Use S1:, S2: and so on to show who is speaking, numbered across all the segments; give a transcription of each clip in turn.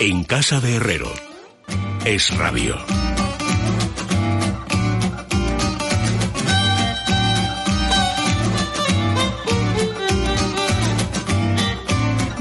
S1: En casa de Herrero. Es Radio.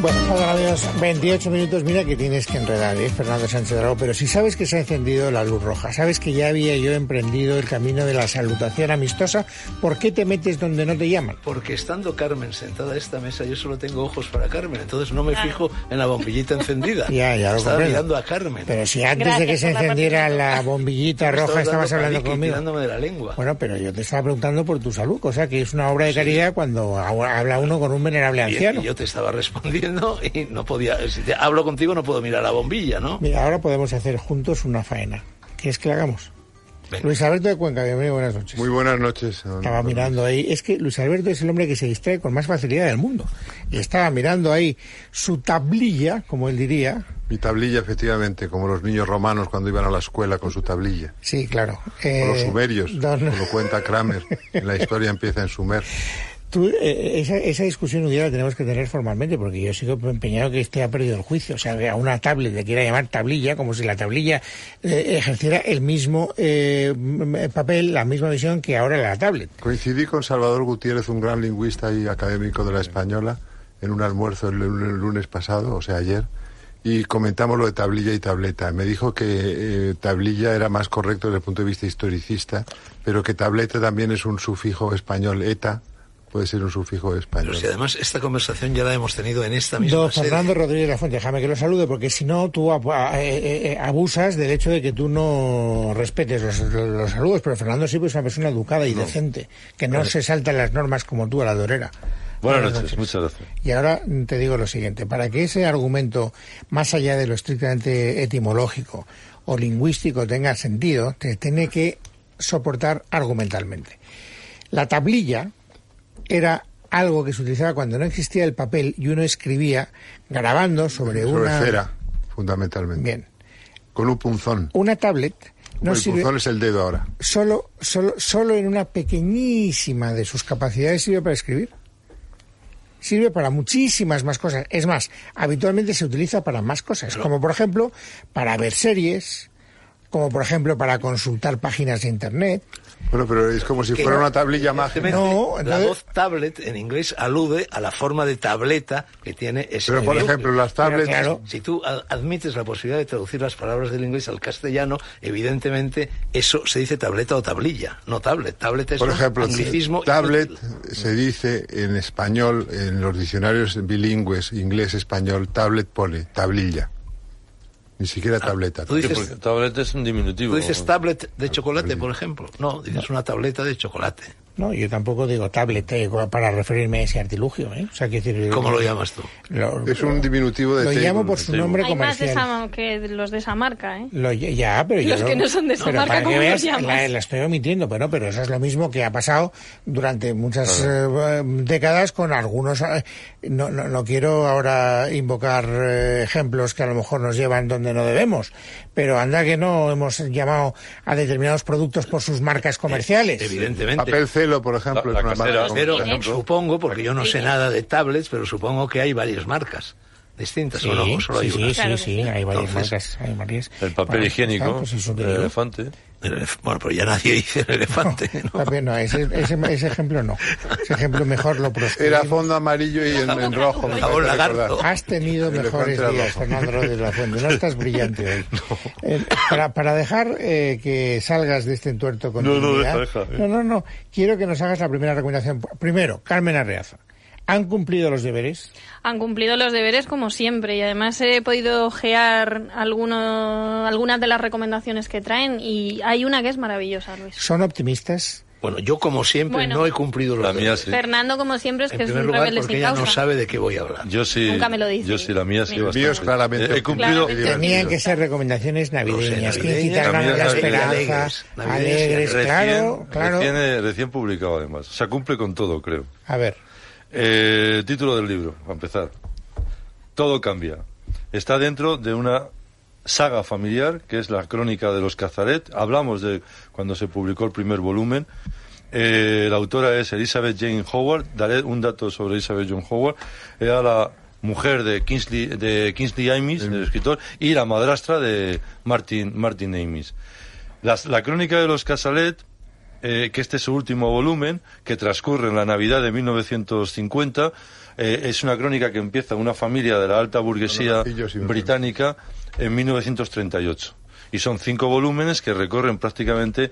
S2: Bueno, ahora menos 28 minutos, mira que tienes que enredar, ¿eh? Fernando Sánchez Dragó, pero si sabes que se ha encendido la luz roja, sabes que ya había yo emprendido el camino de la salutación amistosa, ¿por qué te metes donde no te llaman?
S3: Porque estando Carmen sentada a esta mesa, yo solo tengo ojos para Carmen, entonces no me fijo en la bombillita encendida.
S2: Ya, ya lo
S3: Estaba
S2: comprendo.
S3: mirando a Carmen.
S2: Pero si antes de
S4: Gracias
S2: que se
S4: por la
S2: encendiera
S4: participación.
S2: la bombillita
S3: Me estaba
S2: roja estabas
S3: dando
S2: hablando
S3: palique y
S2: conmigo.
S3: tirándome de la lengua.
S2: Bueno, pero yo te estaba preguntando por tu salud, cosa que es una obra de caridad cuando ha- habla uno con un venerable
S3: Y-
S2: anciano.
S3: y yo te estaba respondiendo y no podía. Si te hablo contigo, no puedo mirar la bombilla, ¿no?
S2: Mira, ahora podemos hacer juntos una faena. ¿Qué es que la hagamos?
S3: Venga.
S2: Luis Alberto de Cuenca, bienvenido, buenas noches.
S5: Muy buenas noches. don-
S2: Estaba
S5: don-
S2: mirando ahí. Es que Luis Alberto es el hombre que se distrae con más facilidad del mundo. Y estaba mirando ahí su tablilla, como él diría.
S5: Mi tablilla, efectivamente, como los niños romanos cuando iban a la escuela con su tablilla.
S2: Sí, claro.
S5: O los
S2: Eh,
S5: sumerios,
S2: don-
S5: como lo cuenta Kramer. En la historia empieza en Sumer.
S2: Tú, eh, esa, esa discusión un día la tenemos que tener formalmente, porque yo sigo empeñado que este ha perdido el juicio. O sea, que a una tablet le quiera llamar tablilla, como si la tablilla eh, ejerciera el mismo eh, m- papel, la misma visión que ahora la tablet.
S5: Coincidí con Salvador Gutiérrez, un gran lingüista y académico de la española, en un almuerzo el, lu- el lunes pasado, o sea, ayer, y comentamos lo de tablilla y tableta. Me dijo que eh, tablilla era más correcto desde el punto de vista historicista, pero que tableta también es un sufijo español, eta, puede ser un sufijo español.
S3: Pero si además esta conversación ya la hemos tenido en esta misma
S2: Don
S3: sede.
S2: Fernando Rodríguez de la Fuente, déjame que lo salude, porque si no, tú ab- a- eh, eh, eh, abusas del hecho de que tú no respetes los, los- los saludos, pero Fernando siempre es una persona educada y decente, que no se salta las normas como tú a la dorera.
S6: Buenas noches, muchas gracias.
S2: Y ahora te digo lo siguiente, para que ese argumento, más allá de lo estrictamente etimológico o lingüístico, tenga sentido, te tiene que soportar argumentalmente. La tablilla era algo que se utilizaba cuando no existía el papel y uno escribía grabando sobre,
S5: Sobre
S2: una...
S5: cera, fundamentalmente.
S2: Bien,
S5: Con un punzón.
S2: una tablet no
S5: el
S2: sirve
S5: punzón es el dedo ahora.
S2: solo, solo, solo en una pequeñísima de sus capacidades sirve para escribir. Sirve para muchísimas más cosas. Es más, habitualmente se utiliza para más cosas, como por ejemplo para ver series, como por ejemplo para consultar páginas de Internet.
S5: Bueno, pero es como si fuera una tablilla mágica.
S3: Evidentemente,
S2: No,
S3: La
S2: entonces-
S3: voz tablet en inglés alude a la forma de tableta que tiene ese
S5: Pero, por
S3: virus.
S5: ejemplo, las tablets...
S2: claro.
S3: Si tú a- admites la posibilidad de traducir las palabras del inglés al castellano, evidentemente eso se dice tableta o tablilla, no tablet. Tablet es
S5: Por
S3: un
S5: ejemplo,
S3: anglicismo
S5: tablet
S3: inútil.
S5: se dice en español, en los diccionarios bilingües, inglés-español, tablet pone tablilla. Ni siquiera tableta.
S3: Tú
S6: Sí,
S3: dices,
S6: porque tableta es un diminutivo.
S3: tú dices tablet de chocolate, por ejemplo. No, dices una tableta de chocolate.
S2: No, yo tampoco digo tablet eh, para referirme a ese artilugio. ¿eh? O sea, quiero decir,
S3: ¿Cómo lo llamas tú?
S2: lo-
S5: Es un diminutivo de
S2: lo
S5: table,
S2: llamo por
S5: de
S2: su
S5: table.
S2: nombre
S4: Hay más de
S2: comercial.
S4: esa- que los de esa marca, ¿eh?
S2: Lo- ya, pero yo
S4: Los
S2: lo-
S4: que no son de esa
S2: pero
S4: marca,
S2: para
S4: ¿cómo
S2: que veas,
S4: los llamas?
S2: La, la estoy omitiendo, bueno, pero eso es lo mismo que ha pasado durante muchas eh, décadas con algunos. eh, no, no, no quiero ahora invocar eh, ejemplos que a lo mejor nos llevan donde no debemos, pero anda que no hemos llamado a determinados productos por sus marcas
S3: Eh,
S2: comerciales.
S3: Evidentemente.
S5: Papel celo, por ejemplo,
S6: La-
S5: es
S6: la
S5: una
S6: casera,
S5: marca
S3: Pero
S5: como-
S6: Tiene.
S3: supongo, porque yo no sé nada de tablets, pero supongo que hay varias marcas distintas.
S2: Sí,
S3: o no, solo hay
S2: sí,
S3: una.
S2: sí,
S4: Claro
S2: sí,
S4: que
S2: sí,
S4: sí.
S2: hay varias
S3: Entonces,
S2: marcas. hay varias.
S6: El papel
S2: Bueno,
S6: higiénico,
S2: pues es un
S3: eh,
S6: el
S2: delito.
S6: elefante.
S3: El elef- Bueno, pero ya nadie dice el elefante. ¿no?
S2: Papel no, ese, ese- ese ejemplo no. Ese ejemplo mejor lo
S5: Era
S2: proscribimos.
S5: fondo amarillo y en, en rojo. me
S3: Jabón
S5: parece
S3: lagarto.
S5: recordar.
S2: Has tenido
S5: Elefante
S2: mejores
S5: era
S2: días,
S5: rojo.
S2: Fernando Rodríguez de la Fuente. No estás brillante hoy. Eh, para, para dejar eh, que salgas de este entuerto con
S6: No, no,
S2: dignidad-
S6: deja, deja, eh.
S2: no, no, no. Quiero que nos hagas la primera recomendación. Primero, Carmen Arreaza. ¿Han cumplido los deberes?
S4: Han cumplido los deberes como siempre y además he podido ojear alguno- algunas de las recomendaciones que traen y hay una que es maravillosa, Luis.
S2: ¿Son optimistas?
S3: Bueno, yo como siempre
S4: Bueno.
S3: no he cumplido los
S6: La mía
S3: deberes.
S6: sí.
S4: Fernando, como siempre, es
S3: En
S4: que es
S3: primer
S4: un
S3: lugar,
S4: rebelde
S3: porque
S4: sin
S3: ella no
S4: causa.
S3: sabe de qué voy a hablar.
S6: Yo sí.
S4: Nunca me lo dice.
S6: Yo sí, la mía sí.
S4: El mío
S6: bastante.
S5: es claramente
S6: He, he cumplido.
S4: Claramente.
S2: Tenían que ser recomendaciones navideñas.
S3: No sé,
S2: que incitan a la
S6: navideñas,
S2: esperanza,
S3: alegres, navideñas y
S2: alegres,
S6: Recién,
S2: claro, claro.
S6: Recién, recién publicado, además. O sea, cumple con todo, creo.
S2: A ver,
S6: Eh, título del libro, para empezar. Todo cambia. Está dentro de una saga familiar, que es la crónica de los Cazaret. Hablamos de cuando se publicó el primer volumen. Eh, la autora es Elizabeth Jane Howard. Daré un dato sobre Elizabeth Jane Howard. Era la mujer de Kingsley, de Kingsley Amis,
S5: Amis.
S6: el escritor, y la madrastra de Martin, Martin Amis. Las- la crónica de los Casalet, eh, que este es su último volumen, que transcurre en la Navidad de 1950, eh, es una crónica que empieza una familia de la alta burguesía
S5: Conocillos y
S6: británica británica en 1938. Y son cinco volúmenes que recorren prácticamente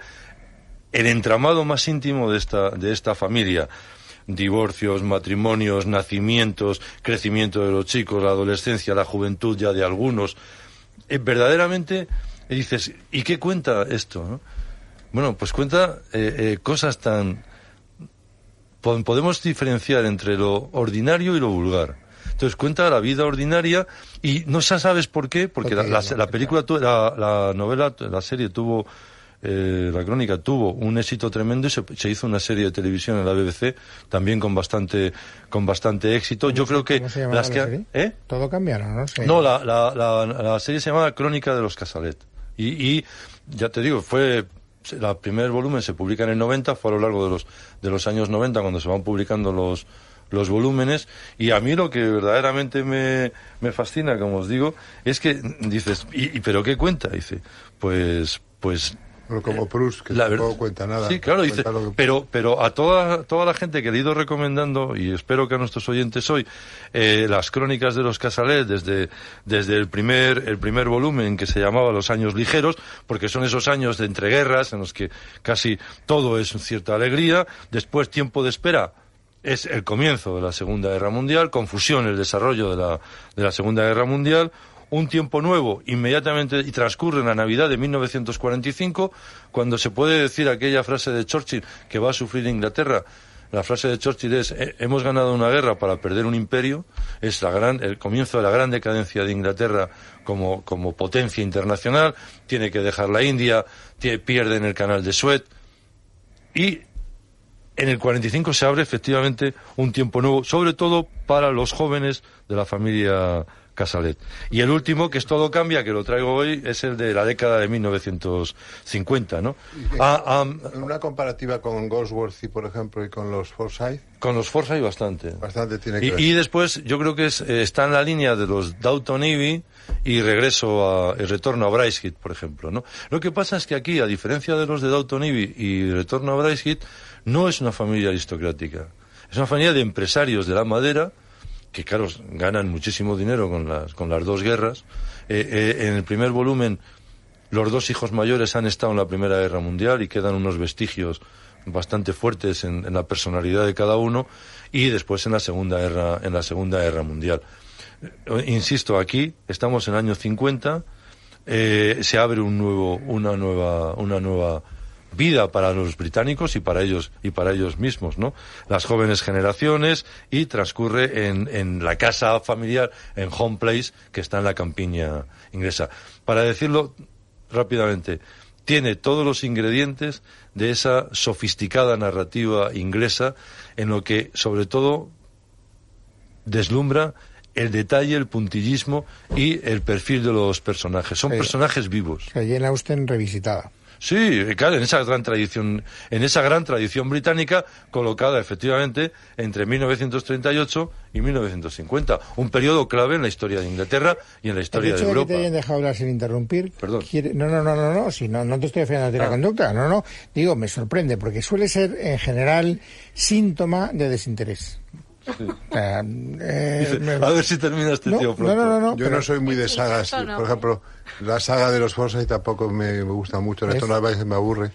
S6: el entramado más íntimo de esta, de esta familia. Divorcios, matrimonios, nacimientos, crecimiento de los chicos, la adolescencia, la juventud ya de algunos. Eh, verdaderamente eh, dices, ¿y qué cuenta esto? no? Bueno, pues cuenta eh, eh, cosas tan, pon- podemos diferenciar entre lo ordinario y lo vulgar. Entonces cuenta la vida ordinaria y no sa- sabes por qué, porque la,
S2: Porque
S6: la-
S2: no,
S6: la película, tu- la, la novela, la serie tuvo, eh, la crónica tuvo un éxito tremendo y se, se hizo una serie de televisión en la BBC también con bastante, con bastante éxito. Yo creo que
S2: ¿Cómo se llama
S6: las
S2: la
S6: que,
S2: serie?
S6: ¿eh?
S2: Todo cambiaron, ¿no? sé.
S6: No, la, la, la- la serie se llamaba Crónica de los Casalet. Y, y ya te digo, fue. se- La primer volumen se publica en el 90, fue a lo largo de los, de los años 90 cuando se van publicando los, los volúmenes. Y a mí lo que verdaderamente me, me fascina, como os digo, es que dices, ¿y, y pero qué cuenta? Dice, pues. pues
S5: Bueno, como Proust, que
S6: la
S5: tampoco
S6: verdad-
S5: cuenta nada.
S6: Sí, claro, dice,
S5: Cuenta lo que-
S6: pero, pero a toda, toda la gente que le he ido recomendando, y espero que a nuestros oyentes hoy, eh, las crónicas de los Casalet desde, desde el, primer, el primer volumen que se llamaba Los Años Ligeros, porque son esos años de entreguerras en los que casi todo es cierta alegría, después tiempo de espera. Es el comienzo de la Segunda Guerra Mundial, confusión, el desarrollo de la, de la Segunda Guerra Mundial, un tiempo nuevo inmediatamente y transcurre en la Navidad de 1945, cuando se puede decir aquella frase de Churchill que va a sufrir Inglaterra. La frase de Churchill es "Eh, hemos ganado una guerra para perder un imperio, es la gran, el comienzo de la gran decadencia de Inglaterra como, como potencia internacional, tiene que dejar la India, tie- pierden el canal de Suez y en el 45 se abre efectivamente un tiempo nuevo, sobre todo para los jóvenes de la familia Casalet. Y el último, que es todo cambia, que lo traigo hoy, es el de la década de 1950, ¿no? Ah, ah,
S5: En una comparativa con Goldsworthy, por ejemplo, y con los Forsyth,
S6: con los Forza hay bastante.
S5: bastante tiene que
S6: Y,
S5: ver.
S6: y después yo creo que es, eh, está en la línea de los Downton Abbey y regreso a el retorno a Bryce Head, por ejemplo, ¿no? Lo que pasa es que aquí, a diferencia de los de Downton Abbey y retorno a Bryce Head, no es una familia aristocrática. Es una familia de empresarios de la madera que, claro, ganan muchísimo dinero con las, con las dos guerras. Eh, eh, en el primer volumen, los dos hijos mayores han estado en la Primera Guerra Mundial y quedan unos vestigios bastante fuertes en, en la personalidad de cada uno y después en la Segunda Guerra, en la segunda guerra Mundial. Eh, Insisto, aquí estamos en el año 50, eh, se abre un nuevo, una nueva, una nueva vida para los británicos y para ellos y para ellos mismos, ¿no? Las jóvenes generaciones y transcurre en, en la casa familiar, en Home Place, que está en la campiña inglesa. Para decirlo rápidamente, tiene todos los ingredientes de esa sofisticada narrativa inglesa en lo que, sobre todo, deslumbra el detalle, el puntillismo y el perfil de los personajes. Son
S2: Sí.
S6: personajes vivos.
S2: O sea, Jane Austen revisitada.
S6: Sí, claro, en esa gran tradición, en esa gran tradición británica colocada efectivamente entre 1938 y 1950, un periodo clave en la historia de Inglaterra y en la
S2: El
S6: historia
S2: hecho
S6: de
S2: de que
S6: Europa.
S2: te hayan dejado hablar sin interrumpir.
S6: Perdón.
S2: quiere- No, no, no, no, no, si no, no te estoy afirmando a ti la
S6: Ah.
S2: conducta. No, no. Digo, me sorprende, porque suele ser en general síntoma de desinterés. O sea, eh,
S6: Dice,
S2: me-
S6: a ver si termina este
S2: no,
S6: tío pronto.
S2: no, no, no,
S5: Yo
S2: pero-
S5: no soy muy de
S4: Sí,
S5: sagas.
S4: eso no.
S5: Por ejemplo, la saga de los Forsyth tampoco me gusta mucho.
S2: ¿Ves?
S5: Esto a veces me aburre.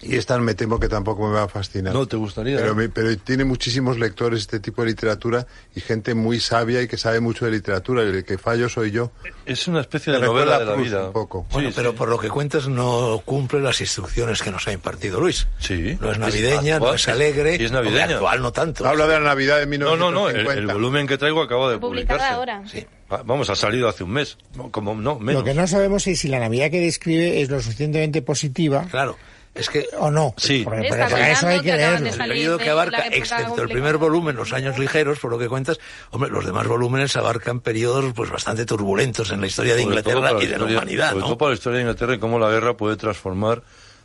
S5: Y esta me temo que tampoco me va a fascinar.
S6: No, te gustaría, ¿eh?
S5: Pero, me- pero tiene muchísimos lectores este tipo de literatura y gente muy sabia y que sabe mucho de literatura. El que fallo soy yo.
S6: Es una especie de
S5: Me recuerda
S6: novela
S5: a
S6: de la
S5: Proust
S6: vida.
S5: un poco.
S6: Sí,
S3: Bueno, pero
S6: sí.
S3: por lo que cuentas no cumple las instrucciones que nos ha impartido Luis.
S6: Sí.
S3: No es navideña,
S6: Es actual,
S3: no es alegre.
S6: y es navideña.
S3: hombre, actual no tanto.
S5: Habla de la Navidad de
S6: No, no, no,
S5: 1950.
S6: el, el volumen que traigo acaba de publicarse.
S4: Publicada ahora.
S3: Sí.
S6: Ah, Vamos, ha salido hace un mes. No, Como no, menos.
S2: Lo que no sabemos es si la Navidad que describe es lo suficientemente positiva
S3: Claro, es que
S2: o no.
S6: Sí.
S2: Porque-
S4: Está
S2: pero para
S4: mirando
S2: eso hay
S4: que
S2: que
S4: acaban de
S2: leerlo.
S4: salir.
S3: el periodo que
S4: de la
S3: abarca,
S4: época
S3: excepto el
S4: complicada.
S3: primer volumen, los años ligeros, por lo que cuentas, hombre, los demás volúmenes abarcan periodos pues bastante turbulentos en la historia de
S6: Sobre todo
S3: Inglaterra
S6: para
S3: y de la
S6: historia-
S3: humanidad,
S6: Sobre
S3: ¿no?
S6: todo para la historia de Inglaterra y cómo la guerra puede transformar,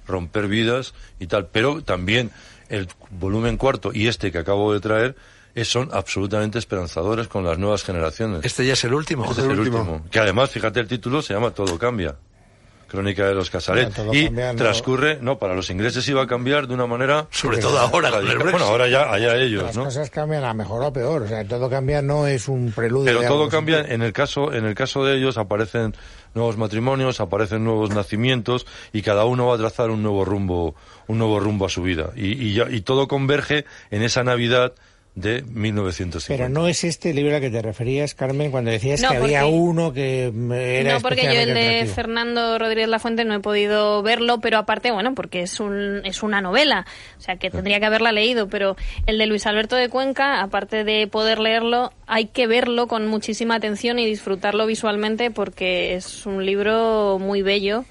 S6: romper vidas y tal. Pero también el volumen cuarto y este que acabo de traer es- son absolutamente esperanzadores con las nuevas generaciones.
S3: Este ya es el último.
S6: Este es el último. Que además, fíjate, el título se llama Todo cambia. Crónica de los Casaret.
S2: Bueno, todo
S6: y
S2: cambia, no.
S6: transcurre, no, para los ingleses iba a cambiar de una manera.
S3: Sobre todo ahora con el
S6: radical.
S3: Brexit.
S6: Bueno, ahora ya, allá ellos,
S2: Las
S6: ¿no?
S2: cosas cambian a mejor o a peor. O sea, todo cambia no es un preludio.
S6: Pero
S2: de
S6: todo
S2: algo
S6: cambia.
S2: positivo.
S6: En el caso, en el caso de ellos aparecen nuevos matrimonios, aparecen nuevos nacimientos y cada uno va a trazar un nuevo rumbo, un nuevo rumbo a su vida. Y, y ya- y todo converge en esa Navidad de 1950.
S2: Pero no es este el libro al que te referías, Carmen, cuando decías
S4: No,
S2: que había
S4: porque-
S2: uno que mm, era
S4: no, porque yo el de
S2: especialmente atractivo.
S4: Fernando Rodríguez Lafuente no he podido verlo, pero aparte, bueno, porque es, un, es una novela, o sea que tendría que haberla leído, pero el de Luis Alberto de Cuenca, aparte de poder leerlo, hay que verlo con muchísima atención y disfrutarlo visualmente porque es un libro muy bello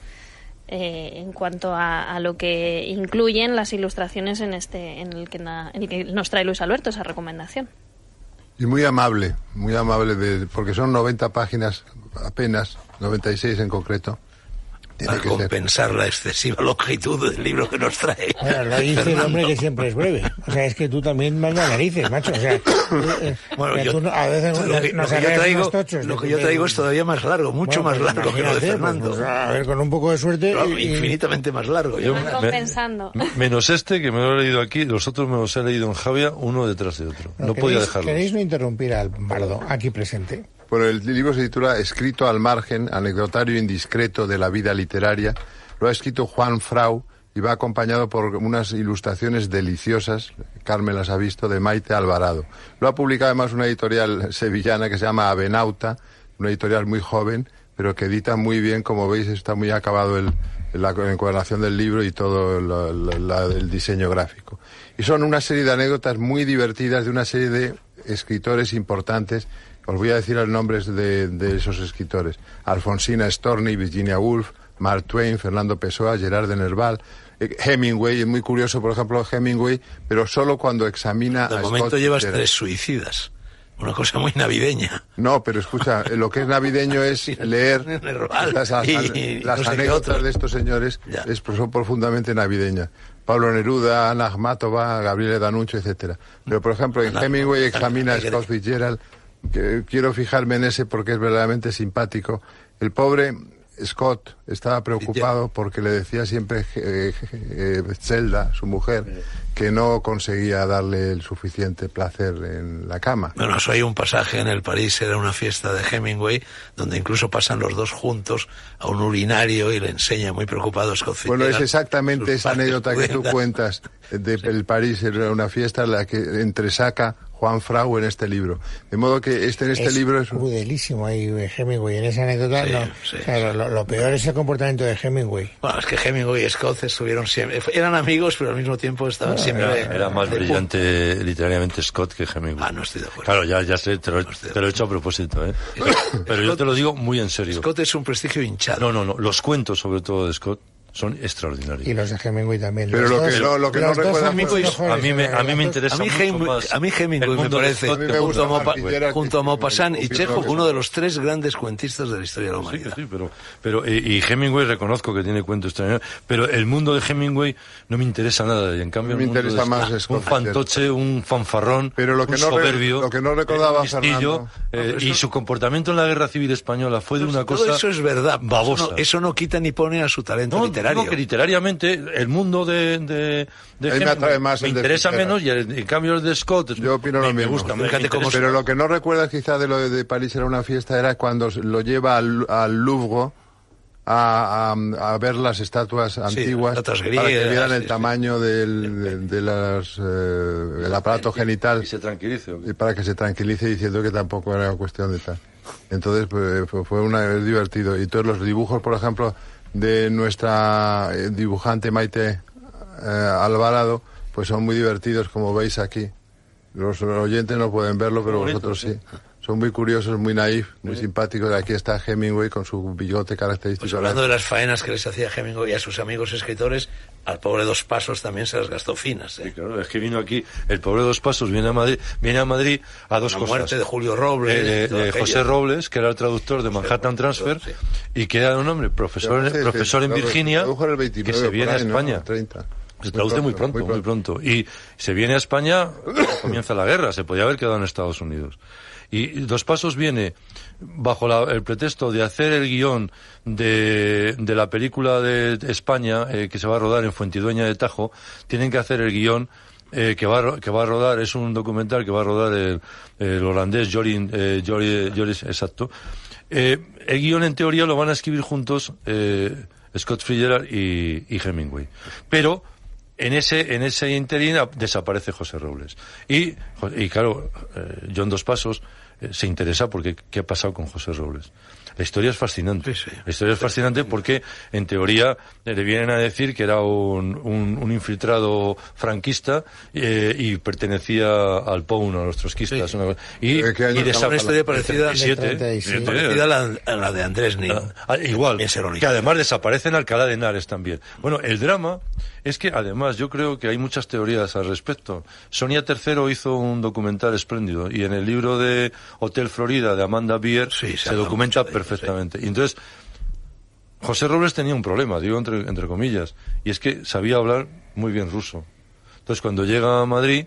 S4: eh, en cuanto a, a lo que incluyen las ilustraciones en, este, en, el que na- en el que nos trae Luis Alberto esa recomendación.
S5: Y muy amable, muy amable, de- porque son 90 páginas apenas, 96 en concreto. Tiene
S3: Para
S5: que ser.
S3: compensar la excesiva longitud del libro que nos trae.
S2: Bueno, lo dice el
S3: Fernando.
S2: hombre que siempre es breve. O sea, es que tú también mandas narices, macho. O sea, eh, eh,
S3: Bueno,
S2: que
S3: yo-
S2: tú no- a veces
S3: lo que,
S2: nos
S3: lo que yo
S2: arreglas
S3: traigo,
S2: unos tochos.
S3: lo que
S2: Tú
S3: yo
S2: te-
S3: traigo es todavía más largo, mucho
S2: Bueno, pues
S3: más largo que lo de
S2: imagínate, pues,
S3: Fernando.
S2: pues, a ver, con un poco de suerte.
S3: Claro,
S2: y- y-
S3: infinitamente más largo. Yo-
S4: Van compensando.
S6: me- menos este que me lo he leído aquí, los otros me los he leído en Javia, uno detrás de otro.
S2: Bueno,
S6: no podía
S2: ¿queréis-
S6: dejarlos.
S2: ¿Queréis no interrumpir al bardo aquí presente?
S5: Bueno, el libro se titula Escrito al margen, anecdotario indiscreto de la vida literaria. Lo ha escrito Juan Frau y va acompañado por unas ilustraciones deliciosas, Carmen las ha visto, de Maite Alvarado. Lo ha publicado además una editorial sevillana que se llama Avenauta, una editorial muy joven, pero que edita muy bien, como veis está muy acabado el, la encuadernación del libro y todo la- la- la- el diseño gráfico. Y son una serie de anécdotas muy divertidas de una serie de escritores importantes. Os voy a decir los nombres de, de esos escritores. Alfonsina Storni, Virginia Woolf, Mark Twain, Fernando Pessoa, Gerard de Nerval, eh, Hemingway. Es muy curioso, por ejemplo, Hemingway, pero solo cuando examina
S3: De
S5: a
S3: momento
S5: Scott
S3: llevas
S5: Fitzgerald.
S3: tres suicidas. Una cosa muy navideña.
S5: No, pero escucha, eh, lo que es navideño es leer
S3: Nerval
S5: las, a-
S3: y-
S5: a-
S3: y
S5: las
S3: no sé qué
S5: anécdotas
S3: otro.
S5: de estos señores,
S3: Ya.
S5: es, pues, son profundamente navideñas. Pablo Neruda, Ana Akhmatova, Gabriele Danucho, etcétera. Pero, por ejemplo, en
S3: Ana-
S5: Hemingway
S3: Ana-
S5: examina a Scott Fitzgerald, que quiero fijarme en ese porque es verdaderamente simpático. El pobre Scott estaba preocupado porque le decía siempre eh, eh, Zelda, su mujer, que no conseguía darle el suficiente placer en la cama.
S3: Bueno, eso hay un pasaje en el París, era una fiesta de Hemingway, donde incluso pasan los dos juntos a un urinario y le enseña muy preocupados Scott
S5: Bueno, es
S3: Fitzgerald
S5: exactamente
S3: sus
S5: esa
S3: partes
S5: anécdota que tú
S3: pudendas.
S5: cuentas de el París era una fiesta la que entresaca Juan Frau en este libro. De modo que este en este
S2: es
S5: libro es
S2: crudelísimo ahí eh, Hemingway. En esa anécdota,
S3: Sí,
S2: no.
S3: sí,
S2: O sea, lo- Lo, lo peor es el comportamiento de Hemingway.
S3: Bueno, es que Hemingway y Scott estuvieron siempre, eran amigos, pero al mismo tiempo
S2: Ah,
S3: estaban siempre...
S6: Era,
S3: de-
S6: era más
S3: de
S6: brillante literariamente Scott que Hemingway.
S3: Ah, no estoy de acuerdo.
S6: Claro, ya, ya sé, te lo, te lo he hecho a propósito, ¿eh? Pero yo te lo digo muy en serio.
S3: Scott es un prestigio hinchado.
S6: No, no, no. Los cuentos, sobre todo de Scott, son
S2: Y
S6: extraordinarios.
S2: los de Hemingway también.
S5: Pero
S2: Los
S5: lo que-
S2: dos-
S5: lo- lo que no
S2: los dos
S5: recuerda
S2: son mis
S5: mucho-
S2: mejores,
S6: A mí me, a mí me
S2: los dos-
S6: interesa
S3: A mí,
S6: mucho
S3: Hemingway-
S6: más
S3: a mí Hemingway
S6: el
S3: me
S6: mundo de
S3: parece,
S6: Scott que
S5: me
S6: el
S5: gusta
S3: junto a,
S6: mundo de
S5: más
S3: Maupa-
S6: Hemingway.
S5: Fitzgerald.
S3: junto a Maupassant y
S5: Confirmo
S3: Chekhov,
S5: que
S3: uno
S5: son.
S3: de los tres grandes cuentistas de la historia de la
S6: Sí,
S3: humanidad.
S6: sí, pero, pero eh, y Hemingway reconozco que tiene cuentos extraordinarios, pero el mundo de Hemingway no me interesa nada y en cambio
S5: Me
S6: el mundo de
S5: interesa más
S6: Scott,
S5: Scott
S6: un fantoche, un fanfarrón,
S5: Pero lo que
S6: un
S5: no re-
S6: soberbio,
S5: lo que no recordaba
S6: un listillo,
S5: Fernando.
S6: eh, y su comportamiento en la Guerra Civil española fue de una cosa
S3: Todo eso es verdad. pero
S6: babosa.
S3: Eso no, eso no quita ni pone a su talento
S6: No,
S3: literario.
S6: digo que literariamente el mundo de, de, de
S5: A mí me
S6: Hemingway
S5: atrae más
S6: me
S5: el de
S6: interesa
S5: Fitzgerald.
S6: menos y el, en cambio el de Scott
S5: Yo opino
S6: me,
S5: lo
S6: me
S5: mismo.
S6: gusta. me-
S3: Fíjate
S6: me
S3: cómo-
S6: interesa.
S5: Pero lo que no recuerdas quizá de lo de, de París era una fiesta era cuando s- lo lleva al, al Louvre a, a- a ver las estatuas antiguas
S3: estatuas
S5: para que
S3: griegas,
S5: vieran el
S3: sí,
S5: tamaño del de, de las, eh, el aparato genital
S6: Y se tranquilice. hombre.
S5: y para que se tranquilice diciendo que tampoco era cuestión de tal. Entonces pues, fue- fue una, es divertido. Y todos los dibujos, por ejemplo, de nuestra eh, dibujante Maite eh, Alvarado, pues son muy divertidos, como veis aquí. Los oyentes no pueden verlo, pero
S6: Muy bonito,
S5: vosotros sí.
S6: sí.
S5: Son muy curiosos, muy naif, muy simpáticos. Aquí está Hemingway con su bigote característico.
S3: Pues hablando de las faenas que les hacía Hemingway a sus amigos escritores, al pobre Dos Pasos también se las gastó finas. ¿eh?
S6: Sí, claro, es que vino aquí el pobre Dos Pasos, viene a Madrid, viene a Madrid a dos
S3: La
S6: cosas.
S3: muerte de Julio Robles,
S6: Eh, de-
S3: y todo
S6: de
S3: aquello.
S6: José Robles, que era el traductor de Manhattan Transfer,
S3: sí.
S6: y que era un hombre, profesor, en- profesor en Virginia,
S5: el
S6: que
S5: 29,
S6: se viene
S5: por
S6: a
S5: ahí, ¿no?
S6: España.
S5: 30.
S6: Se traduce muy pronto, muy pronto, Y se viene a España, comienza la guerra, se podía haber quedado en Estados Unidos. Y Dos Pasos viene bajo la- el pretexto de hacer el guión de, de la película de España eh, que se va a rodar en Fuentidueña de Tajo, tienen que hacer el guión eh, que, va, a ro- que va a rodar, es un documental que va a rodar el, el holandés Jorin, eh, Jori- Joris, exacto. Eh, el guión en teoría lo van a escribir juntos eh, Scott Fitzgerald y, y Hemingway. Pero en ese, en ese interín ap- desaparece José Robles. Y, jo- y claro, eh, John Dos Pasos eh, se interesa porque qué ha pasado con José Robles. La historia es fascinante.
S3: Sí, sí.
S6: La historia es fascinante porque, en teoría, eh, le vienen a decir que era un, un- un infiltrado franquista eh, y pertenecía al POUN, a los trotskistas.
S3: Sí.
S6: una cosa- y,
S5: ¿De qué año
S6: y
S5: estamos?
S6: desapa-
S3: Una historia parecida-
S6: 37,
S2: Del 36.
S6: eh,
S3: Parecida a la, a la de Andrés Nin.
S6: Ah, igual,
S3: En Serónica.
S6: que además desaparece en Alcalá de Henares también. Bueno, el drama es que además yo creo que hay muchas teorías al respecto. Sonia Tercero hizo un documental espléndido y en el libro de Hotel Florida de Amanda Bier
S3: Sí, se
S6: se
S3: habla
S6: documenta
S3: mucho de ello,
S6: perfectamente. Y entonces, José Robles tenía un problema, digo entre, entre comillas, y es que sabía hablar muy bien ruso. Entonces, cuando llega a Madrid,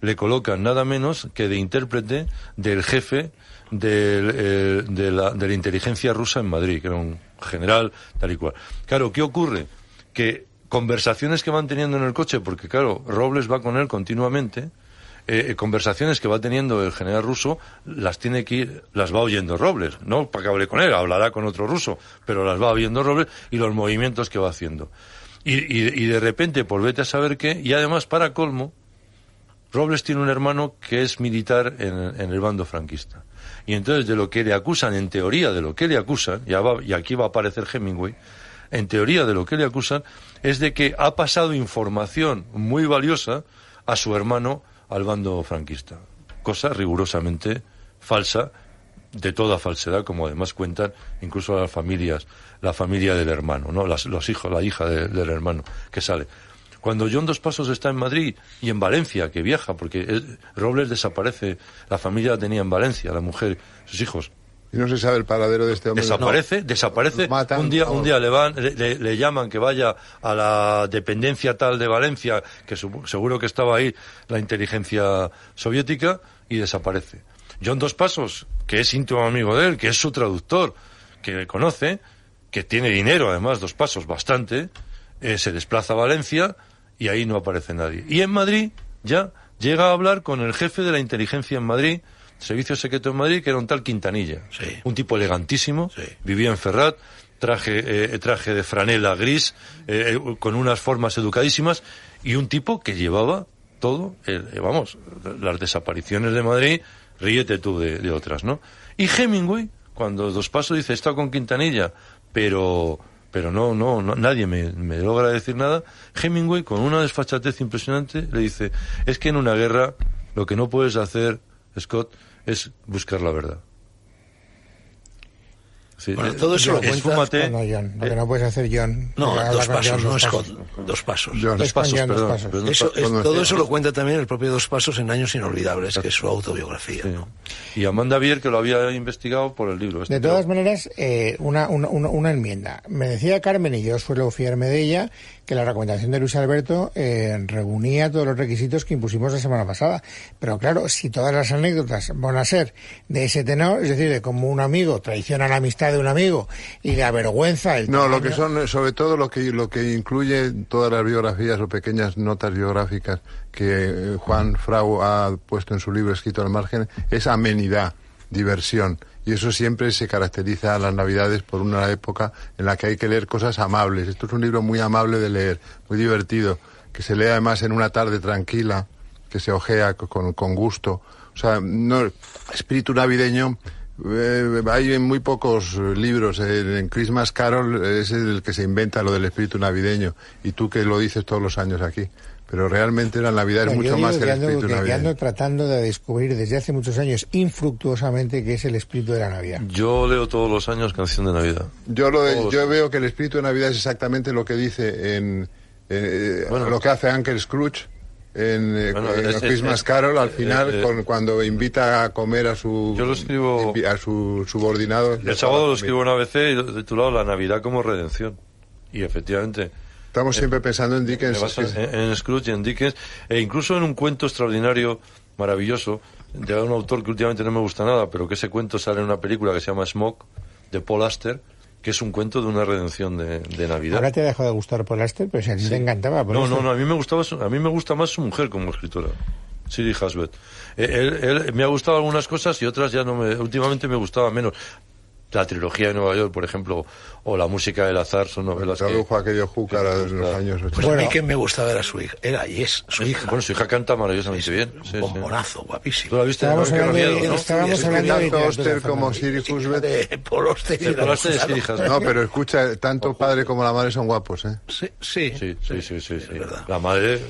S6: le colocan nada menos que de intérprete del jefe del, eh, de, la, de la inteligencia rusa en Madrid, que era un general tal y cual. Claro, ¿qué ocurre? Que conversaciones que van teniendo en el coche, porque claro, Robles va con él continuamente, eh, eh, conversaciones que va teniendo el general ruso las tiene que ir- las va oyendo Robles, no para que hable con él, hablará con otro ruso, pero las va oyendo Robles y los movimientos que va haciendo. Y, y- y de repente, por vete a saber qué, y además para colmo, Robles tiene un hermano que es militar en, en el bando franquista. Y entonces de lo que le acusan, en teoría de lo que le acusan, ya va- y aquí va a aparecer Hemingway, en teoría de lo que le acusan es de que ha pasado información muy valiosa a su hermano al bando franquista. Cosa rigurosamente falsa, de toda falsedad, como además cuentan incluso las familias, la familia del hermano, ¿no? Las- los hijos, la hija de- del hermano que sale. Cuando John Dos Pasos está en Madrid y en Valencia, que viaja, porque eh, Robles desaparece, la familia la tenía en Valencia, la mujer, sus hijos.
S5: Y no se sabe el paradero de este hombre.
S6: Desaparece, desaparece.
S5: Matan
S6: un día,
S5: a
S6: un día le, van, le, le- le llaman que vaya a la dependencia tal de Valencia, que su- seguro que estaba ahí la inteligencia soviética, y desaparece. John Dos Pasos, que es íntimo amigo de él, que es su traductor, que le conoce, que tiene dinero además, Dos Pasos, bastante, eh, se desplaza a Valencia y ahí no aparece nadie. Y en Madrid ya llega a hablar con el jefe de la inteligencia en Madrid, Servicio Secreto en Madrid, que era un tal Quintanilla.
S3: Sí.
S6: Un tipo elegantísimo,
S3: Sí.
S6: vivía en Ferrat, traje, eh, traje de franela gris, eh, eh, con unas formas educadísimas, y un tipo que llevaba todo, el- eh, vamos, las desapariciones de Madrid, ríete tú de, de otras, ¿no? Y Hemingway, cuando Dos Pasos dice, he estado con Quintanilla, pero, pero no, no, no, nadie me, me logra decir nada, Hemingway, con una desfachatez impresionante, le dice, es que en una guerra lo que no puedes hacer, Scott, es buscar la verdad. Sí,
S3: Bueno,
S6: eh,
S3: todo eso lo cuentas
S6: esfúmate.
S2: No, John, lo
S6: Eh,
S2: que no puedes hacer, John.
S3: No,
S2: hablar
S3: dos
S2: con
S3: pasos,
S2: John,
S3: no
S2: dos
S3: es
S2: pasos.
S3: con dos pasos.
S5: John.
S6: dos
S2: con
S6: pasos,
S2: John, dos
S6: perdón.
S2: pasos.
S6: pero no
S3: Eso,
S6: pa-
S3: es-
S5: cuando
S3: todo
S5: decía-
S3: eso lo cuenta también el propio Dos Pasos en Años Inolvidables, que es su autobiografía. ¿no?
S6: Y Amanda Bier, que lo había investigado por el libro. este,
S2: De todas maneras, eh, una, una, una- una enmienda. Me decía Carmen, y yo suelo fiarme de ella, que la recomendación de Luis Alberto eh, reunía todos los requisitos que impusimos la semana pasada. Pero claro, si todas las anécdotas van a ser de ese tenor, es decir, de cómo un amigo traiciona la amistad de un amigo y la vergüenza... El
S5: No, lo
S2: tamaño-
S5: que son, eh, sobre todo lo que, lo que incluye todas las biografías o pequeñas notas biográficas que eh, Juan Frau ha puesto en su libro escrito al margen, es amenidad, diversión. Y eso siempre se caracteriza a las Navidades por una época en la que hay que leer cosas amables. Esto es un libro muy amable de leer, muy divertido, que se lee además en una tarde tranquila, que se ojea co- con, con gusto. O sea, no, espíritu navideño eh, hay en muy pocos eh, libros. En, en Christmas Carol es el que se inventa lo del espíritu navideño. Y tú que lo dices todos los años aquí. Pero realmente la Navidad es
S2: Pero pues yo
S5: mucho
S2: digo
S5: más que el
S2: ando-
S5: espíritu
S2: que ando
S5: navideño.
S2: tratando de descubrir desde hace muchos años infructuosamente que es el espíritu de la Navidad.
S6: Yo leo todos los años Canción de Navidad.
S5: Yo, lo de-
S6: Todos.
S5: yo veo que el espíritu de Navidad es exactamente lo que dice en eh,
S6: Bueno.
S5: lo que hace Uncle Scrooge en, eh,
S6: Bueno,
S5: en
S6: es- es-
S5: Christmas
S6: es-
S5: Carol al
S6: eh,
S5: final
S6: eh,
S5: con- cuando invita a comer a su
S6: Yo lo escribo-
S5: a su subordinado
S6: eh, El sábado lo escribo en ABC y lo he titulado La Navidad como Redención. Y efectivamente,
S5: Estamos siempre pensando en Dickens.
S6: Eh, Me baso
S5: es que-
S6: en, en Scrooge, en Dickens, e incluso en un cuento extraordinario, maravilloso, de un autor que últimamente no me gusta nada, pero que ese cuento sale en una película que se llama Smoke, de Paul Aster, que es un cuento de una redención de, de Navidad.
S2: Ahora te ha dejado de gustar por Aster, pero si a ti te encantaba. Paul
S6: No,
S2: Auster.
S6: no, no, a mí me gustaba, su- a mí me gusta más su mujer como escritora, Siri Hasbet. Eh, Él, él- me ha gustado algunas cosas y otras ya no me, últimamente me gustaba menos. La trilogía de Nueva York, por ejemplo, o la música del azar son novelas que...
S5: Tradujo aquello Júcara de los años 80.
S3: Pues
S2: Bueno.
S3: a mí quien me gustaba era su hija. Era y es su hija.
S6: Bueno, su hija canta maravillosamente bien. Sí, sí.
S3: un bombonazo, guapísimo.
S6: Tú la viste
S2: Estábamos
S6: en el
S2: hablando
S6: miedo,
S2: de-
S6: ¿no?
S2: estábamos
S3: Es que
S2: hablando de
S5: tanto
S2: literatura,
S5: Auster como
S2: Fernando.
S5: Siri Husbet.
S3: de Paul Auster y
S6: Te
S3: la
S6: hablaste de
S3: mujer.
S6: Siri Hasbet.
S5: No, pero escucha, tanto padre como la madre son guapos, ¿eh?
S3: Sí, sí,
S6: Sí, sí, sí, sí,
S3: es
S6: sí.
S3: verdad.
S6: La madre...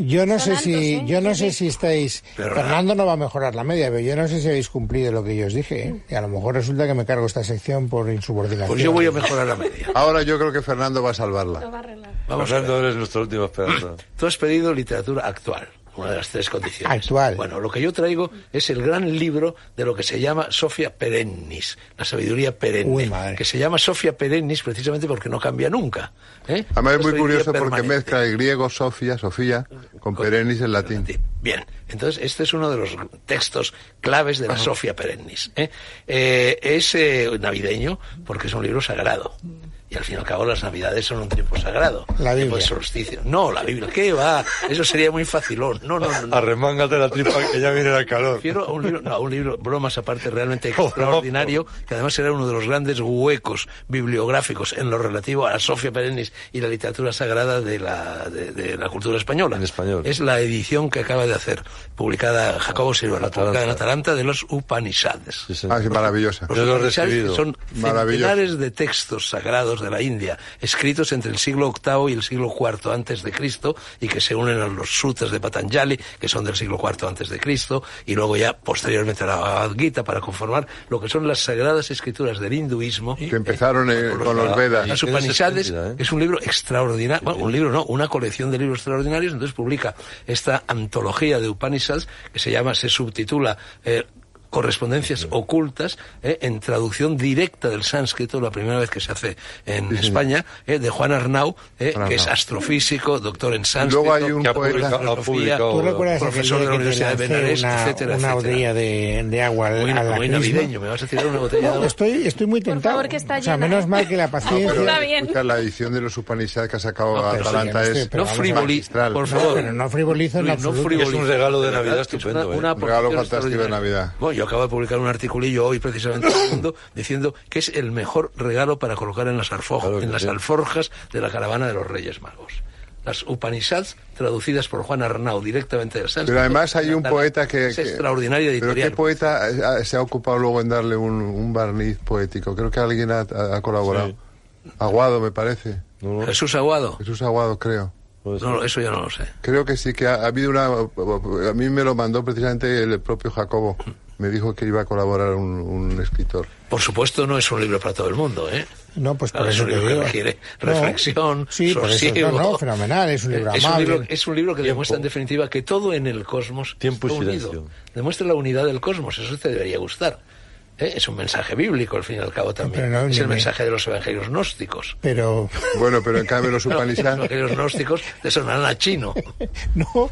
S2: Yo no sé
S4: Son
S2: si,
S4: altos, ¿eh?
S2: yo no
S4: Sí,
S2: sé si estáis.
S3: Pero
S2: Fernando no va a mejorar la media, pero yo no sé si habéis cumplido lo que yo os dije.
S4: Mm.
S2: ¿eh? Y a lo mejor resulta que me cargo esta sección por insubordinación.
S3: Pues yo voy a mejorar la media.
S5: Ahora yo creo que Fernando va a salvarla.
S4: Lo va a arreglar.
S3: Vamos a ver.
S6: Fernando, eres nuestra última esperanza.
S3: Tú has pedido literatura actual, una de las tres condiciones.
S2: Actual.
S3: Bueno, lo que yo traigo es el gran libro de lo que se llama Sofia Perennis, la sabiduría perenne,
S2: Uy, madre.
S3: que se llama Sofia Perennis precisamente porque no cambia nunca. ¿eh?
S5: Además es muy
S3: Sabiduría
S5: curioso porque
S3: permanente.
S5: mezcla el griego Sofía, Sofía, con perennis en latín.
S3: Bien, entonces este es uno de los textos claves de la Sofia Perennis. ¿eh? Eh, es eh, navideño porque es un libro sagrado. Y al fin y al cabo las navidades son un tiempo sagrado.
S2: La
S3: Tiempo de
S2: Biblia.
S3: solsticio. No, la Biblia. ¿Qué va? Eso sería muy facilón. No, no, no. no.
S6: Arremángate la tripa que ya viene el calor.
S3: Prefiero a un libro, no, a un libro, bromas aparte, realmente extraordinario, que además era uno de los grandes huecos bibliográficos en lo relativo a Sofía Perennis y la literatura sagrada de la, de, de la cultura española.
S6: En español.
S3: Es la edición que acaba de hacer, publicada Jacobo Silva, la
S6: Atalanta.
S3: publicada en Atalanta, de los Upanishads.
S6: Sí,
S5: Ah,
S6: señor.
S5: es maravillosa.
S6: Yo lo he
S3: Upanishads
S6: recibido.
S3: Pues, Son
S5: Maravilloso.
S3: centenares de textos sagrados de la India, escritos entre el siglo VIII y el siglo IV antes de Cristo, y que se unen a los sutras de Patanjali, que son del siglo IV antes de Cristo, y luego ya posteriormente a la Bhagavad Gita para conformar lo que son las sagradas escrituras del hinduismo.
S5: Que empezaron eh, con los Vedas.
S3: Las
S6: Y tienes
S3: Upanishads
S6: extendida, ¿eh?
S3: es un libro extraordinario, bueno, un libro no, una colección de libros extraordinarios, entonces publica esta antología de Upanishads que se llama, se subtitula eh, Correspondencias ocultas eh, en traducción directa del sánscrito, la primera vez que se hace en España, eh, de Juan Arnau, eh,
S5: Juan
S3: que es
S5: Arnau.
S3: astrofísico, doctor en sánscrito,
S5: Luego hay un
S6: Que ha
S5: poeta-
S6: publicado- ha
S3: filosofía.
S6: publicado-
S2: ¿Tú recuerdas aquel
S3: Profesor
S2: día
S3: de
S2: que
S3: la
S2: te
S3: Universidad de
S2: lancé
S3: Benares,
S2: una,
S3: etcétera,
S2: una
S3: etcétera.
S2: botella de, de agua al,
S3: muy,
S2: al
S3: muy
S2: acrisma?
S3: navideño, me vas a tirar una botella de
S2: No,
S3: agua.
S2: estoy, estoy muy tentado.
S4: favor, que está
S2: o sea,
S4: llena,
S2: menos
S4: ¿eh?
S2: mal que la paciencia.
S5: Pero,
S4: Está bien.
S5: escucha, la edición de los Upanishads que ha sacado
S3: No, pero
S5: Atalanta
S2: sí, no
S5: es
S2: estoy- pero
S3: no
S2: vamos a-
S3: frivoli,
S5: magistral.
S3: por
S2: No,
S3: favor.
S2: pero no frivolizo en
S3: Luis,
S2: absoluto.
S6: Y es un regalo de
S3: verdad
S6: Navidad
S3: que es
S6: estupendo, ¿eh?
S5: Un regalo
S3: aportación
S5: fantástico de
S3: extraordinaria.
S5: Navidad.
S3: Bueno, yo acabo de publicar un articulillo hoy precisamente en El Mundo diciendo que es el mejor regalo para colocar en las, alfoj-
S6: Claro que
S3: en las
S6: sí.
S3: alforjas de la caravana de los Reyes Magos. Las Upanishads, traducidas por Juan Arnau directamente del Sánscrito.
S5: Pero además hay un
S3: Atalanta.
S5: poeta que...
S3: Es
S5: que-
S3: extraordinaria
S5: Pero
S3: editorial.
S5: qué poeta eh, se ha ocupado luego en darle un, un barniz poético. Creo que alguien ha, ha colaborado. Aguado, me parece.
S6: No, no,
S3: Jesús Aguado.
S5: Jesús Aguado, creo.
S6: puede ser.
S3: No, eso yo no lo sé.
S5: Creo que sí, que ha, ha habido una... A mí me lo mandó precisamente el propio Jacobo. Me dijo que iba a colaborar un, un escritor.
S3: Por supuesto, no es un libro para todo el mundo, ¿eh?
S2: No, pues por
S3: Claro, es
S2: eso
S3: un
S2: te
S3: libro que
S2: digo.
S3: requiere
S2: No,
S3: reflexión,
S2: Sí, por eso. No,
S3: sosiego.
S2: no, fenomenal. Es un libro
S3: Es un
S2: amable.
S3: libro, es un libro que demuestra en definitiva que todo en el cosmos
S6: Tiempo y
S3: está unido.
S6: silencio.
S3: Demuestra la unidad del cosmos, eso te debería gustar. ¿eh? Es un mensaje bíblico, al fin y al cabo también.
S2: Pero no,
S3: es
S2: ni
S3: el
S2: me-
S3: mensaje de los evangelios gnósticos.
S2: Pero
S5: Bueno, pero en cambio los
S3: Los
S5: Upanishads...
S3: evangelios gnósticos te sonarán a chino.
S2: no, no,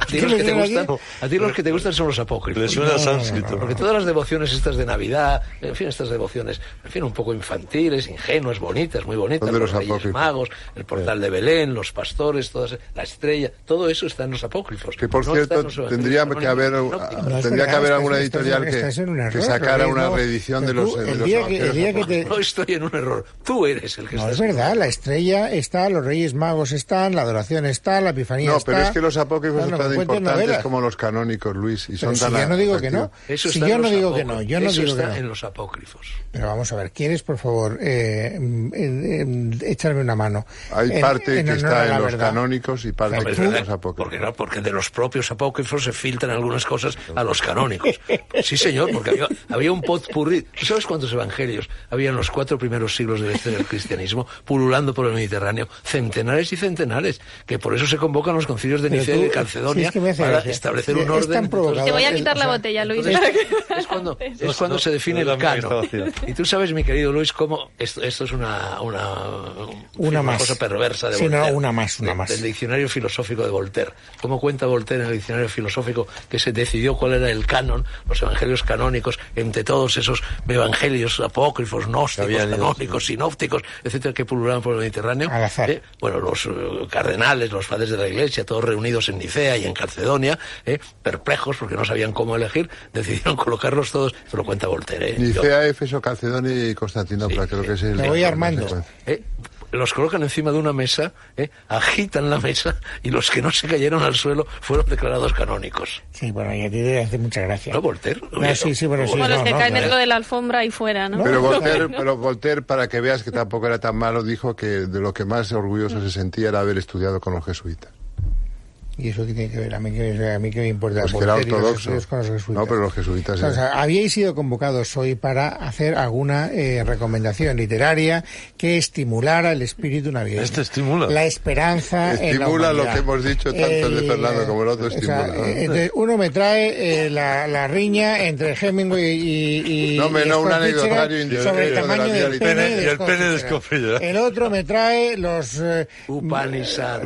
S3: A ti,
S2: es que
S3: los
S2: me
S3: que te
S2: viene aquí-
S3: gustan, a ti los que te gustan son los apócrifos.
S6: Le suena
S2: No, no, no,
S6: sánscrito.
S3: Porque todas las devociones estas de Navidad, en fin, estas devociones, en fin, un poco infantiles, ingenuas, bonitas, muy bonitas,
S5: Son de
S3: los
S5: los
S3: Reyes
S5: apócrifos. Eh.
S3: Magos, el portal de Belén, los pastores, todas, la estrella, todo eso está en los apócrifos.
S5: Que por
S3: no está en los
S5: cierto,
S3: evangelios
S5: tendría que
S3: canónicos.
S5: haber, ah,
S3: No,
S2: No, es
S5: tendría
S2: verdad,
S5: que haber
S2: estás-
S5: alguna
S2: estás-
S5: editorial
S2: estás en un
S5: que, que
S2: error,
S5: sacara
S2: Rodrigo.
S5: una reedición de
S2: Pero
S5: los,
S2: tú,
S5: de
S2: el
S5: los
S2: día que- el
S5: evangelios
S2: día que
S5: apócrifos.
S2: te-
S3: No estoy en un error. Tú eres el que
S2: No,
S3: estás.
S2: Pues es verdad, la estrella está, los Reyes Magos están, la adoración está, la epifanía
S5: No,
S2: está.
S5: pero es que los apócrifos
S2: Claro,
S5: son tan
S2: me cuenten
S5: importantes
S2: novelas.
S5: como los canónicos, Luis, y
S2: Pero
S5: son
S2: si
S5: tan
S2: yo no digo que
S5: atractivos.
S2: no.
S3: Eso
S2: Si
S3: está
S2: yo
S3: en
S2: no
S3: los
S2: digo que
S3: apócrifos.
S2: no, yo no
S3: Eso
S2: digo que
S3: está
S2: no.
S3: en los apócrifos.
S2: Pero vamos a ver, ¿quieres, por favor, eh, mm, eh, mm, echarme una mano?
S5: Hay
S2: En-
S5: parte que
S2: honor a
S5: está en
S2: la
S5: los
S2: verdad.
S5: canónicos y parte
S2: No,
S5: que
S2: pero
S5: está en
S2: tú-
S5: los apócrifos.
S3: ¿eh? Porque, no, porque de los propios apócrifos se filtran algunas cosas a los canónicos. Sí, señor, porque había, había un, po- Potpurrí. ¿Tú sabes cuántos evangelios había en los cuatro primeros siglos de la historia del cristianismo pululando por el Mediterráneo? Centenares y centenares. Que por eso se convocan los concilios de
S2: Pero
S3: Nicea y
S2: tú-
S3: de Calcedonia
S2: si es que me hace
S3: para
S2: gracia.
S3: establecer
S2: Es
S3: un
S2: tan
S3: orden.
S2: provocador.
S4: Te voy a
S2: el-
S4: quitar
S2: o
S4: la
S2: sea,
S4: botella, Luis.
S3: Es cuando, es
S6: No,
S3: cuando
S6: no,
S3: se define
S6: no
S3: el
S6: es la misma
S3: cano.
S6: que estaba haciendo.
S3: Y tú sabes, mi querido Luis, cómo esto, esto es una, una,
S2: Una más.
S3: cosa perversa de
S2: Sí, no,
S3: Voltaire.
S2: una más, una
S3: De-
S2: más.
S3: Del diccionario filosófico de Voltaire. ¿Cómo cuenta Voltaire en el diccionario filosófico que se decidió cuál era el canon, los evangelios canónicos, entre todos esos evangelios apócrifos, gnósticos,
S6: Habían ido,
S3: canónicos, sinópticos, etcétera, que pululaban por el Mediterráneo?
S2: Al azar.
S3: ¿Eh? bueno, los eh, cardenales, los padres de la iglesia, todos reunidos en Nicea y en Calcedonia, ¿eh? perplejos porque no sabían cómo elegir, decidieron colocarlos todos, se lo cuenta Voltaire. ¿eh? Yo-
S5: Nicea, Éfeso, Calcedonia y Constantinopla,
S3: Sí,
S5: creo
S3: sí.
S5: que es el...
S2: Me voy armando.
S3: ¿eh? Los colocan encima de una mesa, ¿eh? agitan la mesa y los que no se cayeron al suelo fueron declarados canónicos.
S2: Sí, bueno, y a ti te hace mucha gracia.
S3: ¿No, Voltaire?
S2: No, sí, sí, bueno, sí,
S4: Como los
S2: no,
S4: que
S2: no,
S4: caen
S2: no.
S4: dentro de la alfombra y fuera, ¿no?
S5: Pero
S2: No,
S5: Voltaire, pero Voltaire, para que veas que tampoco era tan malo, dijo que de lo que más orgulloso se sentía era haber estudiado con los jesuitas.
S2: ¿Y eso qué tiene que ver? A mí que, a mí qué me importa.
S5: Pues que era
S2: Voltario,
S5: ortodoxo.
S2: los con los jesuitas.
S5: No, pero los jesuitas...
S2: O
S5: eran-
S2: sea, habíais sido convocados hoy para hacer alguna eh, recomendación literaria que estimulara el espíritu navideño.
S6: Este estimula.
S2: La esperanza. en la
S5: Estimula lo
S2: humanidad.
S5: que hemos dicho tanto de Fernando como el otro
S2: o sea,
S5: estimula, ¿no?
S2: eh, entonces, uno me trae eh, la, la riña entre Hemingway y. y-
S5: No, hombre,
S2: y
S5: no, un
S2: Scott Fitzgerald
S5: anecdotario individual
S2: Sobre el
S5: de la
S2: tamaño
S5: vida
S2: del
S5: literaria.
S2: pene,
S6: Y el
S2: Scott
S6: pene de
S2: Fitzgerald.
S6: Scott Fitzgerald.
S2: El otro me trae los. eh,
S3: Upanishad.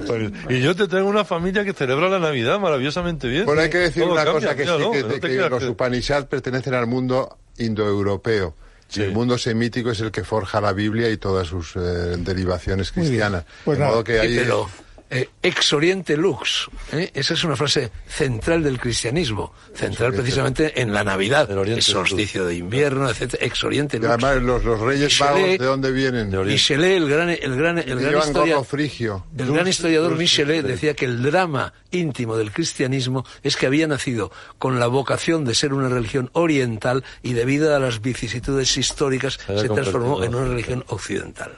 S6: Y yo te traigo una familia que celebra la Navidad maravillosamente bien.
S5: Bueno, hay que decir
S6: Todo
S5: una
S6: cambia,
S5: cosa que
S6: míralo,
S5: sí, que,
S6: no
S5: que
S6: te creas
S5: los
S6: que-
S5: Upanishads pertenecen al mundo indoeuropeo.
S6: Sí.
S5: Y El mundo semítico es el que forja la Biblia y todas sus eh, derivaciones
S2: Muy bien.
S5: cristianas.
S2: Pues
S5: de
S2: nada.
S5: modo que ahí
S3: Sí, pero, eh, ex Oriente Lux, ¿eh? esa es una frase central del cristianismo, central precisamente en la Navidad,
S6: El
S3: el
S6: Oriente es
S3: solsticio de invierno, etcétera, ex Oriente
S5: y
S3: Lux.
S5: además los, los reyes
S3: Michelet-
S5: magos, ¿de dónde vienen?
S6: De Oriente.
S3: Y se lee el gran, el gran, el gran
S5: llevan
S3: historia-
S5: gorro frigio.
S3: El
S5: Dulce-
S3: gran historiador
S5: dulce-
S3: Michelet decía que el drama íntimo del cristianismo es que había nacido con la vocación de ser una religión oriental y debido a las vicisitudes históricas
S6: había
S3: se transformó
S6: convertido.
S3: en una religión occidental.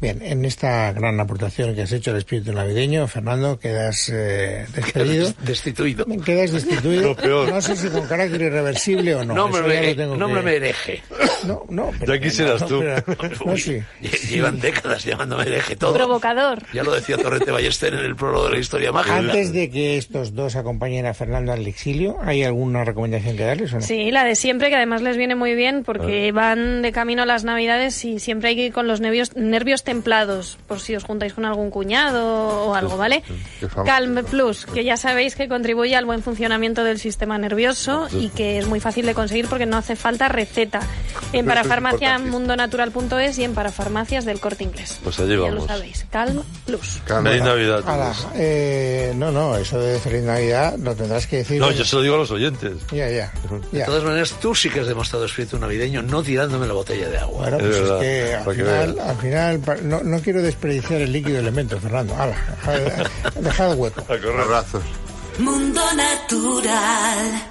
S2: Bien, en esta gran aportación que has hecho al espíritu navideño, Fernando, quedas eh, despedido.
S3: Destituido.
S2: Quedas destituido.
S6: Lo peor.
S2: No sé si con carácter irreversible o no. Eso ya
S3: Nómbrame
S2: lo tengo
S3: nómbrame
S2: que-
S3: eh, hereje.
S2: No, no. pero-
S6: Ya quisieras
S2: no,
S6: tú.
S2: pero- no,
S3: Uy,
S2: sí.
S3: lle- Llevan décadas llamándome hereje todo.
S4: Provocador.
S3: Ya lo decía Torrente Ballester en el prólogo de la historia mágica.
S2: Antes de que estos dos acompañen a Fernando al exilio, ¿hay alguna recomendación que darles o no?
S4: Sí, la de siempre, que además les viene muy bien porque van de camino a las navidades y siempre hay que ir con los nervios, nervios templados, por si os juntáis con algún cuñado o algo, ¿vale?
S5: Qué fama.
S4: Calm Plus, que ya sabéis que contribuye al buen funcionamiento del sistema nervioso y que es muy fácil de conseguir porque no hace falta receta. En
S5: Pero esto es
S4: parafarmacia
S5: importante.
S4: mundonatural.es y en parafarmacias del corte inglés.
S6: Pues allí
S4: Ya lo
S6: vamos.
S4: sabéis, Calm Plus.
S5: Calma.
S6: Feliz Navidad.
S2: Ala, eh, no, no, eso de Feliz Navidad lo tendrás que decir.
S6: No, yo se lo digo a los oyentes.
S2: Ya, ya.
S3: De
S2: ya.
S3: todas maneras, tú sí que has demostrado espíritu navideño no tirándome la botella de agua.
S2: Bueno,
S6: Es
S2: pues es,
S6: verdad,
S2: que al
S6: para que
S2: final,
S6: veas.
S2: al final pa- no, no quiero desperdiciar el líquido elemento, Fernando. Ala, dejad- dejad hueco.
S6: A correr.
S5: Abrazos.
S7: Mundo Natural.